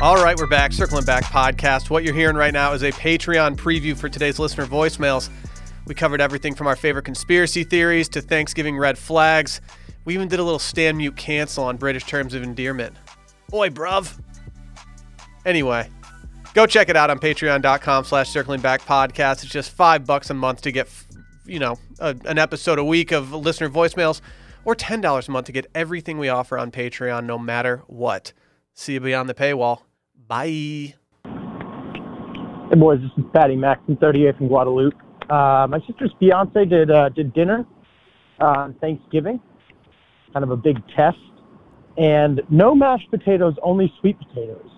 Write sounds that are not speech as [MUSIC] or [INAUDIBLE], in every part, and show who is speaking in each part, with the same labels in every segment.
Speaker 1: All right, we're back. Circling Back podcast. What you're hearing right now is a Patreon preview for today's listener voicemails. We covered everything from our favorite conspiracy theories to Thanksgiving red flags. We even did a little stand mute cancel on British terms of endearment. Boy, bruv. Anyway, go check it out on patreon.com slash circling back podcast. It's just five bucks a month to get, you know, a, an episode a week of listener voicemails or $10 a month to get everything we offer on Patreon, no matter what. See you beyond the paywall. Bye.
Speaker 2: Hey boys, this is Patty Mack from 38th and Guadalupe. Uh, my sister's fiance did uh, did dinner uh, on Thanksgiving, kind of a big test, and no mashed potatoes, only sweet potatoes.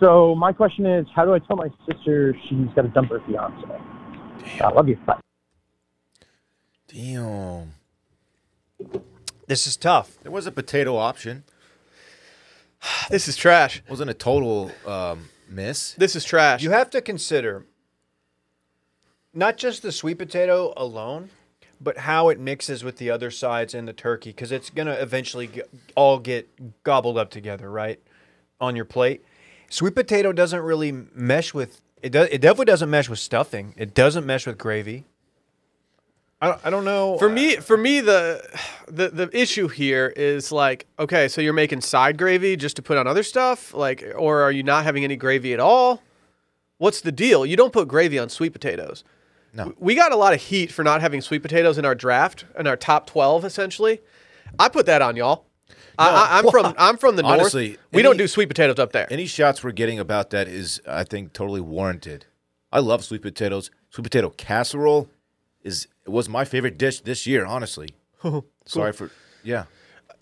Speaker 2: So my question is, how do I tell my sister she's got to dump her fiance? I love you. Bye.
Speaker 3: Damn.
Speaker 1: This is tough.
Speaker 3: There was a potato option.
Speaker 1: This is trash.
Speaker 3: Wasn't a total um, miss.
Speaker 1: This is trash.
Speaker 4: You have to consider not just the sweet potato alone, but how it mixes with the other sides in the turkey because it's going to eventually g- all get gobbled up together, right? On your plate. Sweet potato doesn't really mesh with it, does, it definitely doesn't mesh with stuffing, it doesn't mesh with gravy. I don't, I don't know.
Speaker 1: for me, for me, the the the issue here is like, okay, so you're making side gravy just to put on other stuff, like, or are you not having any gravy at all? What's the deal? You don't put gravy on sweet potatoes.
Speaker 3: No.
Speaker 1: We got a lot of heat for not having sweet potatoes in our draft, in our top twelve, essentially. I put that on y'all. I, I, I'm
Speaker 3: [LAUGHS]
Speaker 1: from I'm from the north.
Speaker 3: Honestly,
Speaker 1: we don't
Speaker 3: any-
Speaker 1: do sweet potatoes up there.
Speaker 3: Any shots we're getting about that is, I think, totally warranted. I love sweet potatoes. Sweet potato casserole is it was my favorite dish this
Speaker 1: [LAUGHS]
Speaker 3: year, honestly. Sorry for yeah,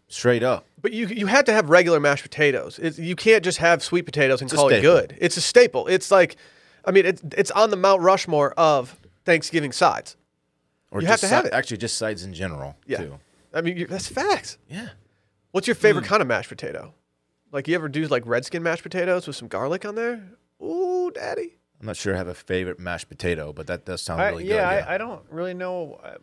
Speaker 3: straight up.
Speaker 1: But you you had to have regular mashed potatoes. It's, you can't just have sweet potatoes and
Speaker 3: a
Speaker 1: call it
Speaker 3: staple.
Speaker 1: good. It's a staple. It's like, I mean, it's it's on the Mount Rushmore of Thanksgiving sides.
Speaker 3: Or
Speaker 1: You have
Speaker 3: just
Speaker 1: to have
Speaker 3: si-
Speaker 1: it.
Speaker 3: Actually, just sides in general.
Speaker 1: Yeah,
Speaker 3: Too.
Speaker 1: I mean you, that's facts.
Speaker 3: Yeah.
Speaker 1: What's your favorite kind of mashed potato? Like you ever do like red skin mashed potatoes with some garlic on there? Ooh, daddy.
Speaker 3: I'm not sure I have a favorite mashed potato, but that does sound
Speaker 4: I,
Speaker 3: really
Speaker 4: yeah,
Speaker 3: good. yeah.
Speaker 4: I, I don't really know. I,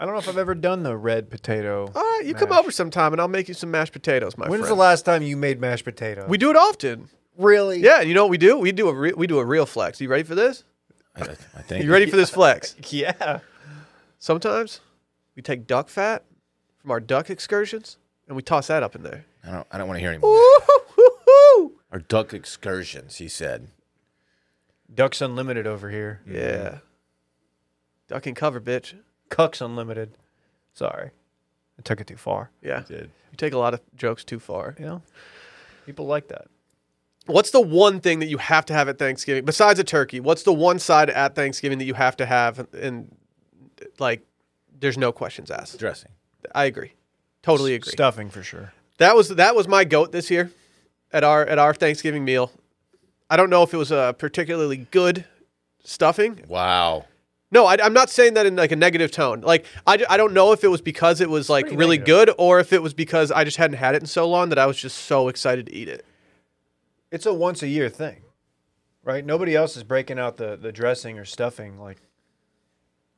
Speaker 4: I don't know if I've ever done the red potato.
Speaker 1: All right, Uh, you come
Speaker 4: mash.
Speaker 1: over sometime and I'll make you some mashed potatoes, my
Speaker 4: When was the
Speaker 1: friend.
Speaker 4: last time you made mashed potato?
Speaker 1: we do it often.
Speaker 4: really?
Speaker 1: Yeah, you know what we do? We do a re- we do a real flex. You ready for this? [LAUGHS]
Speaker 3: I, I think
Speaker 1: You ready for this flex?
Speaker 4: Yeah.
Speaker 1: Sometimes we take duck fat from our duck excursions and we toss that up in there.
Speaker 3: I don't. I don't want to hear anymore. Or duck excursions. He said.
Speaker 4: Ducks Unlimited over here.
Speaker 1: Yeah. Duck and cover, bitch.
Speaker 4: Cucks Unlimited. Sorry. I took it too far.
Speaker 1: Yeah.
Speaker 3: Did.
Speaker 1: You take a lot of jokes too far.
Speaker 4: You know? People like that.
Speaker 1: What's the one thing that you have to have at Thanksgiving besides a turkey? What's the one side at Thanksgiving that you have to have and like there's no questions asked.
Speaker 3: Dressing.
Speaker 1: I agree. Totally agree.
Speaker 4: Stuffing for sure.
Speaker 1: That was that was my goat this year at our at our Thanksgiving meal. I don't know if it was a particularly good stuffing.
Speaker 3: Wow.
Speaker 1: No, I, I'm not saying that in like a negative tone. Like I, ju- I don't know if it was because it was like
Speaker 4: pretty
Speaker 1: really
Speaker 4: negative.
Speaker 1: good or if it was because I just hadn't had it in so long that I was just so excited to eat it.
Speaker 4: It's a once a year thing, right? Nobody else is breaking out the, the dressing or stuffing, like,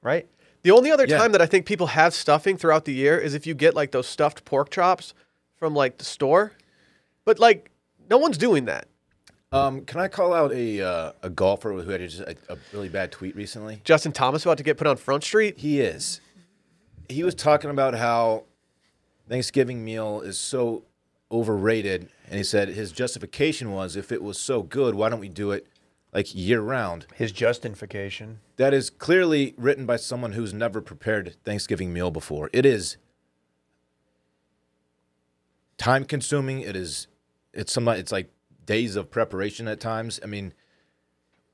Speaker 4: right?
Speaker 1: The only other
Speaker 3: Yeah.
Speaker 1: time that I think people have stuffing throughout the year is if you get like those stuffed pork chops from like the store. But like no one's doing that.
Speaker 3: Um, can I call out a uh, a golfer who had just a, a really bad tweet recently?
Speaker 1: Justin Thomas about to get put on Front Street.
Speaker 3: He is. He was talking about how Thanksgiving meal is so overrated, and he said his justification was if it was so good, why don't we do it like year round?
Speaker 4: His justification.
Speaker 3: That is clearly written by someone who's never prepared Thanksgiving meal before. It is time consuming. It is it's some it's like days of preparation at times. I mean,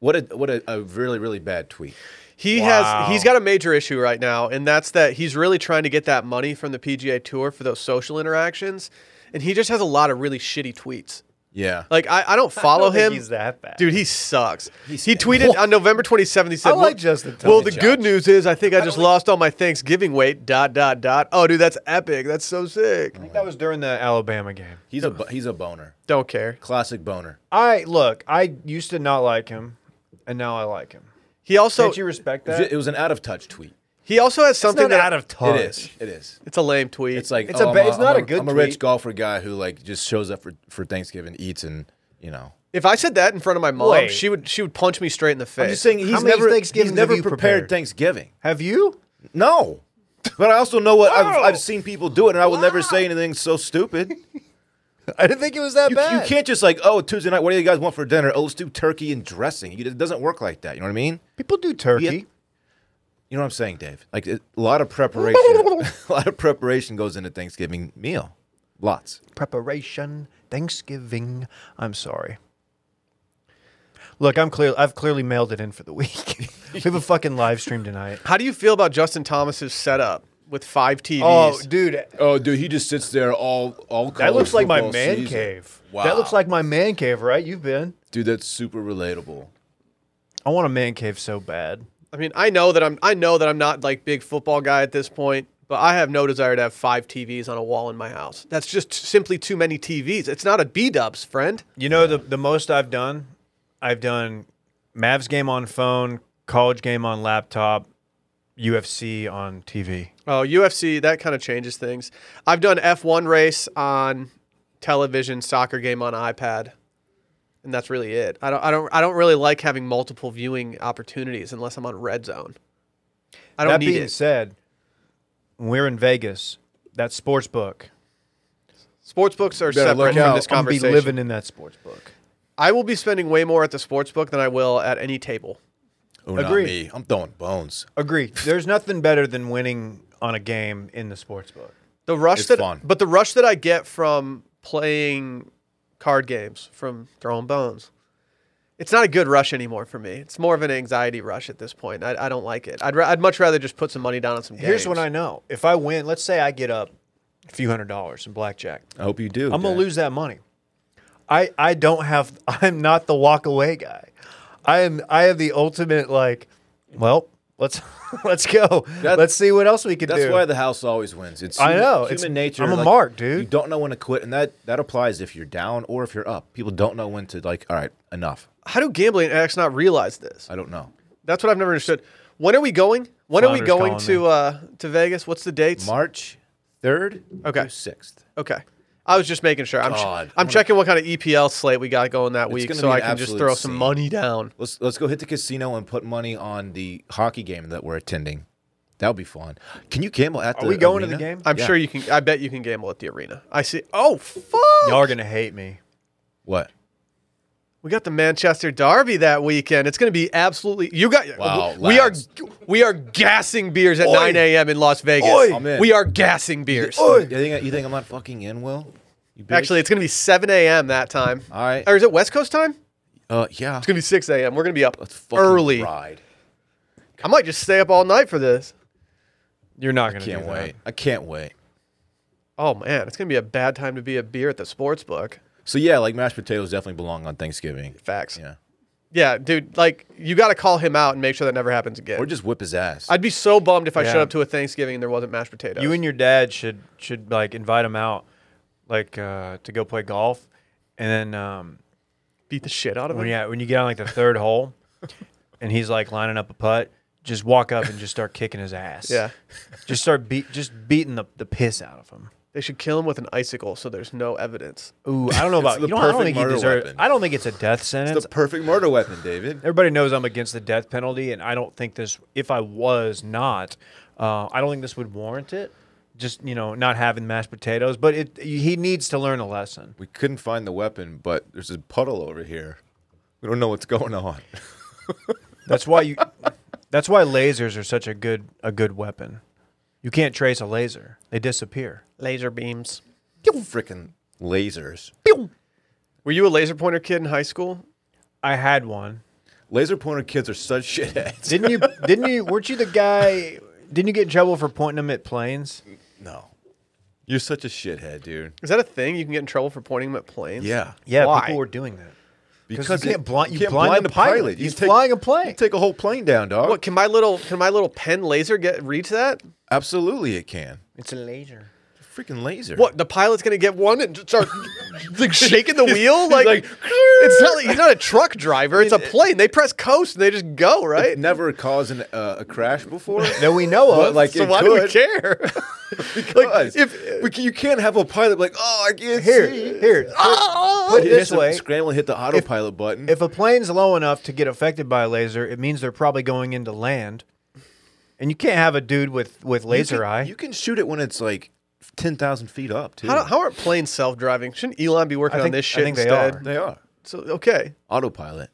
Speaker 3: what a what a, a really really bad tweet.
Speaker 1: He
Speaker 4: Wow.
Speaker 1: has he's got a major issue right now, and that's that he's really trying to get that money from the PGA Tour for those social interactions, and he just has a lot of really shitty tweets.
Speaker 3: Yeah.
Speaker 1: Like
Speaker 4: [LAUGHS]
Speaker 1: I, I don't follow
Speaker 4: think
Speaker 1: him.
Speaker 4: he's that bad.
Speaker 1: Dude, he sucks. he tweeted on November 27th. He said,
Speaker 4: I like
Speaker 1: "Well-
Speaker 4: Justin
Speaker 1: Well,
Speaker 4: Thomas.
Speaker 1: the good news is I think I just lost all my Thanksgiving weight. Dot dot dot. Oh, dude, that's epic. That's so sick.
Speaker 4: I think that was during the Alabama game.
Speaker 3: He's a bo- he's a boner.
Speaker 1: Don't care.
Speaker 3: Classic boner.
Speaker 4: I, look, I used to not like him, and now I like him.
Speaker 1: He also
Speaker 4: Can't you respect
Speaker 3: It
Speaker 4: that?
Speaker 3: was- It was an out of touch tweet.
Speaker 1: he also has something
Speaker 4: not
Speaker 1: that
Speaker 4: out of
Speaker 3: It
Speaker 4: touch.
Speaker 3: is. It is.
Speaker 1: It's a lame tweet.
Speaker 3: It's like
Speaker 4: It's
Speaker 3: oh,
Speaker 4: a
Speaker 3: I'm
Speaker 4: ba- it's not
Speaker 3: I'm
Speaker 4: a good
Speaker 3: I'm a rich
Speaker 4: tweet.
Speaker 3: golfer guy who like just shows up for, for Thanksgiving, eats, and you know
Speaker 1: If I said that in front of my mom,
Speaker 4: Wait.
Speaker 1: she would she would punch me straight in the face.
Speaker 3: I'm just saying
Speaker 4: How
Speaker 3: he's
Speaker 4: many
Speaker 3: never
Speaker 4: Thanksgivings
Speaker 3: he's never
Speaker 4: have you
Speaker 3: prepared,
Speaker 4: prepared?
Speaker 3: Thanksgiving.
Speaker 4: Have you?
Speaker 3: No, [LAUGHS] but I also know what I've,
Speaker 4: Wow.
Speaker 3: I've seen people do it, and I will never say anything so stupid. [LAUGHS] You,
Speaker 4: I didn't think it was that
Speaker 3: you
Speaker 4: bad.
Speaker 3: can't just like, oh, Tuesday night, what do you guys want for dinner? Oh, let's do turkey and dressing. You- It doesn't work like that. You know what I mean?
Speaker 4: People do turkey.
Speaker 3: Yeah. You know what I'm saying, Dave? Like it- a lot of [LAUGHS] preparation, a lot of preparation goes into Thanksgiving meal. Lots.
Speaker 4: Preparation, Thanksgiving. I'm sorry. Look, I'm clear. I've clearly mailed it in for the week. [LAUGHS] we have a fucking live stream tonight.
Speaker 1: How do you feel about Justin Thomas's setup with five TVs?
Speaker 4: Oh, dude,
Speaker 3: Oh, dude, he just sits there all all.
Speaker 4: that looks like my man cave. That looks like my man cave, right? You've been.
Speaker 3: dude. That's super relatable.
Speaker 4: I want a man cave so bad.
Speaker 1: I mean, I know that I'm I know that I'm not like big football guy at this point, but I have no desire to have five TVs on a wall in my house. That's just simply too many TVs. It's not a B Dubs, friend.
Speaker 4: You know the the most I've done, I've done Mavs game on phone, college game on laptop, UFC on TV.
Speaker 1: Oh, UFC that kind of changes things. I've done F1 race on television, soccer game on iPad, and that's really it. I don't I don't I don't really like having multiple viewing opportunities unless I'm on Red Zone. I don't
Speaker 4: that
Speaker 1: need
Speaker 4: being
Speaker 1: it.
Speaker 4: said, when we're in Vegas. That sports book.
Speaker 1: Sports books are
Speaker 3: Better look
Speaker 1: separate from
Speaker 3: out.
Speaker 1: this
Speaker 4: I'm gonna be
Speaker 1: conversation.
Speaker 4: living in that sports book.
Speaker 1: I will be spending way more at the sports book than I will at any table.
Speaker 3: Oh,
Speaker 4: Agreed.
Speaker 3: Not me. I'm throwing bones.
Speaker 4: Agree. There's nothing better than winning on a game in the sports book.
Speaker 1: The rush
Speaker 3: It's
Speaker 1: that,
Speaker 3: fun.
Speaker 1: but the rush that I get from playing card games, from throwing bones, it's not a good rush anymore for me. It's more of an anxiety rush at this point. I, I don't like it. I'd, ra- I'd much rather just put some money down on some games.
Speaker 4: Here's what I know: if I win, let's say I get up a few hundred dollars in blackjack,
Speaker 3: I hope you do.
Speaker 4: I'm gonna
Speaker 3: Dad.
Speaker 4: lose that money. I I don't have. [LAUGHS] I'm not the walk away guy. I am. I have the ultimate like. Well, let's [LAUGHS] let's go.
Speaker 3: That-
Speaker 4: let's see what else we can
Speaker 3: That's
Speaker 4: do.
Speaker 3: why the house always wins. It's
Speaker 4: I
Speaker 3: human-
Speaker 4: know,
Speaker 3: human
Speaker 4: it's-
Speaker 3: nature.
Speaker 4: I'm a mark, dude.
Speaker 3: You don't know when to quit, and that that applies if you're down or if you're up. People don't know when to like. All right, enough.
Speaker 1: How do gambling addicts not realize this?
Speaker 3: I don't know.
Speaker 1: That's what I've never understood. When are we going? When are we
Speaker 4: Flounder's
Speaker 1: going
Speaker 4: calling
Speaker 1: to
Speaker 4: me.
Speaker 1: uh, to Vegas? What's the dates?
Speaker 3: March third.
Speaker 1: Okay.
Speaker 3: Sixth.
Speaker 1: Okay. I was just making sure. I'm, ch-
Speaker 3: God.
Speaker 1: I'm checking what kind of EPL slate we got going that week
Speaker 3: gonna
Speaker 1: so
Speaker 3: be
Speaker 1: I
Speaker 3: an
Speaker 1: can just
Speaker 3: absolute
Speaker 1: throw some
Speaker 3: scene.
Speaker 1: money down.
Speaker 3: Let's let's go hit the casino and put money on the hockey game that we're attending. That would be fun. Can you gamble at the?
Speaker 4: Are we going to the
Speaker 3: arena?
Speaker 4: game?
Speaker 1: I'm
Speaker 3: Yeah.
Speaker 1: sure you can. I bet you can gamble at the arena. I see. Oh, fuck.
Speaker 4: Y'all are gonna hate me.
Speaker 3: What?
Speaker 1: We got the Manchester Derby that weekend. It's going to be absolutely. You got.
Speaker 3: Wow,
Speaker 1: we are
Speaker 3: lads.
Speaker 1: we are gassing beers at
Speaker 3: Oi.
Speaker 1: 9 a.m. in Las Vegas.
Speaker 4: Oi.
Speaker 3: I'm in.
Speaker 1: We are gassing beers.
Speaker 3: You think, you think I'm not fucking in, Will? You bitch?
Speaker 1: Actually, it's going to be 7 a.m. that time.
Speaker 3: All right.
Speaker 1: Or is it West Coast time? It's
Speaker 3: uh, yeah. It's
Speaker 1: going to be 6 a.m. We're going to be up
Speaker 3: fucking
Speaker 1: early.
Speaker 3: Ride.
Speaker 1: I might just stay up all night for this.
Speaker 4: You're not gonna.
Speaker 3: Can't
Speaker 4: do that.
Speaker 3: wait. I can't wait.
Speaker 1: Oh man, it's going to be a bad time to be a beer at the sports book.
Speaker 3: So yeah, like mashed potatoes definitely belong on Thanksgiving.
Speaker 1: Facts.
Speaker 3: Yeah.
Speaker 1: Yeah, dude. Like you got to call him out and make sure that never happens again.
Speaker 3: Or just whip his ass.
Speaker 1: I'd be so bummed if I
Speaker 4: Yeah.
Speaker 1: showed up to a Thanksgiving and there wasn't mashed potatoes.
Speaker 4: You and your dad should should like invite him out, like uh, to go play golf, and then um,
Speaker 1: beat the shit out of him.
Speaker 4: when yeah when you get on like the third hole, and he's like lining up a putt, just walk up and just start kicking his ass.
Speaker 1: Yeah.
Speaker 4: just start beat just beating the, the piss out of him.
Speaker 1: They should kill him with an icicle so there's no evidence.
Speaker 4: Ooh, I don't know about
Speaker 3: the
Speaker 4: you. Know, I don't
Speaker 3: perfect
Speaker 4: think he
Speaker 3: murder
Speaker 4: deserves.
Speaker 3: weapon.
Speaker 4: I don't think it's a death
Speaker 3: it's
Speaker 4: sentence.
Speaker 3: the perfect murder weapon, David.
Speaker 4: Everybody knows I'm against the death penalty, and I don't think this. If I was not, uh, I don't think this would warrant it. Just you know, not having mashed potatoes, but it he needs to learn a lesson.
Speaker 3: We couldn't find the weapon, but there's a puddle over here. We don't know what's going on. [LAUGHS]
Speaker 4: That's why you. that's why lasers are such a good a good weapon. You can't trace a laser; they disappear.
Speaker 1: Laser beams.
Speaker 3: Freaking lasers.
Speaker 1: Were you a laser pointer kid in high school?
Speaker 4: I had one.
Speaker 3: Laser pointer kids are such shitheads. [LAUGHS]
Speaker 4: Didn't you? didn't you? Weren't you the guy? Didn't you get in trouble for pointing them at planes?
Speaker 3: No. You're such a shithead, dude.
Speaker 1: Is that a thing? You can get in trouble for pointing them at planes?
Speaker 3: Yeah.
Speaker 4: Yeah,
Speaker 1: Why?
Speaker 4: people were doing that.
Speaker 3: Because
Speaker 4: you can't
Speaker 3: it-
Speaker 4: blind- you
Speaker 3: can't
Speaker 4: blind the
Speaker 3: a
Speaker 4: pilot.
Speaker 3: You
Speaker 4: He's
Speaker 3: take-
Speaker 4: flying a plane.
Speaker 3: you take a whole plane down, dog.
Speaker 1: What can my little can my little pen laser get reach that?
Speaker 3: Absolutely it can.
Speaker 4: It's a laser.
Speaker 3: Freaking laser.
Speaker 1: What the pilot's gonna get one and just start [LAUGHS] like shaking the wheel like,
Speaker 4: [LAUGHS]
Speaker 3: like,
Speaker 1: it's not like, he's not a truck driver. It's a plane. They press coast and they just go right.
Speaker 3: Never caused an, uh, a crash before.
Speaker 4: [LAUGHS] That we know of.
Speaker 3: But, like,
Speaker 1: so
Speaker 3: it
Speaker 1: why do we
Speaker 4: [LAUGHS]
Speaker 3: could.
Speaker 1: care?
Speaker 3: Because if we can, you can't have a pilot like, oh, I can't
Speaker 4: uh, Here,
Speaker 3: see.
Speaker 4: here. put-
Speaker 3: He
Speaker 4: Put it
Speaker 3: has
Speaker 4: this
Speaker 3: to
Speaker 4: way:
Speaker 3: scramble and hit the autopilot button.
Speaker 4: if a plane's low enough to get affected by a laser, it means they're probably going into land, and you can't have a dude with with
Speaker 3: You
Speaker 4: laser
Speaker 3: can-
Speaker 4: eye.
Speaker 3: you can shoot it when it's like ten thousand feet up too.
Speaker 1: How, do- how aren't planes self driving? Shouldn't Elon be working
Speaker 4: I
Speaker 1: on
Speaker 4: think-
Speaker 1: this
Speaker 4: I
Speaker 1: shit
Speaker 4: think they
Speaker 1: instead?
Speaker 4: are.
Speaker 3: they are
Speaker 1: So okay,
Speaker 3: autopilot.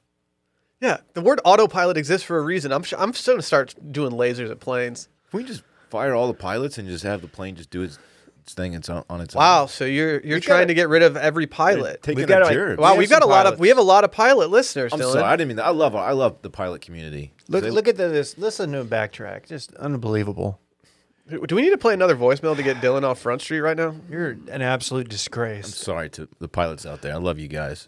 Speaker 1: yeah. The word autopilot exists for a reason. I'm sure, I'm still gonna start doing lasers at planes.
Speaker 3: Can we just fire all the pilots and just have the plane just do its, its thing its own, on its
Speaker 1: Wow.
Speaker 3: own?
Speaker 1: So you're you're
Speaker 4: We
Speaker 1: trying
Speaker 4: gotta-
Speaker 1: to get rid of every pilot.
Speaker 3: Taking
Speaker 4: gotta,
Speaker 3: a
Speaker 4: like,
Speaker 3: jerk.
Speaker 1: wow,
Speaker 4: we
Speaker 1: we've
Speaker 4: have
Speaker 1: got a
Speaker 4: some
Speaker 1: lot of
Speaker 4: pilots.
Speaker 1: we have a lot of pilot listeners.
Speaker 3: I'm
Speaker 1: Dylan.
Speaker 3: sorry, I didn't mean that. I love I love the pilot community.
Speaker 4: Look,
Speaker 3: They-
Speaker 4: look at the, this. Listen to him backtrack. Just unbelievable.
Speaker 1: Do we need to play another voicemail to get Dylan off Front Street right now?
Speaker 4: You're an absolute disgrace.
Speaker 3: Sorry to the pilots out there. I love you guys.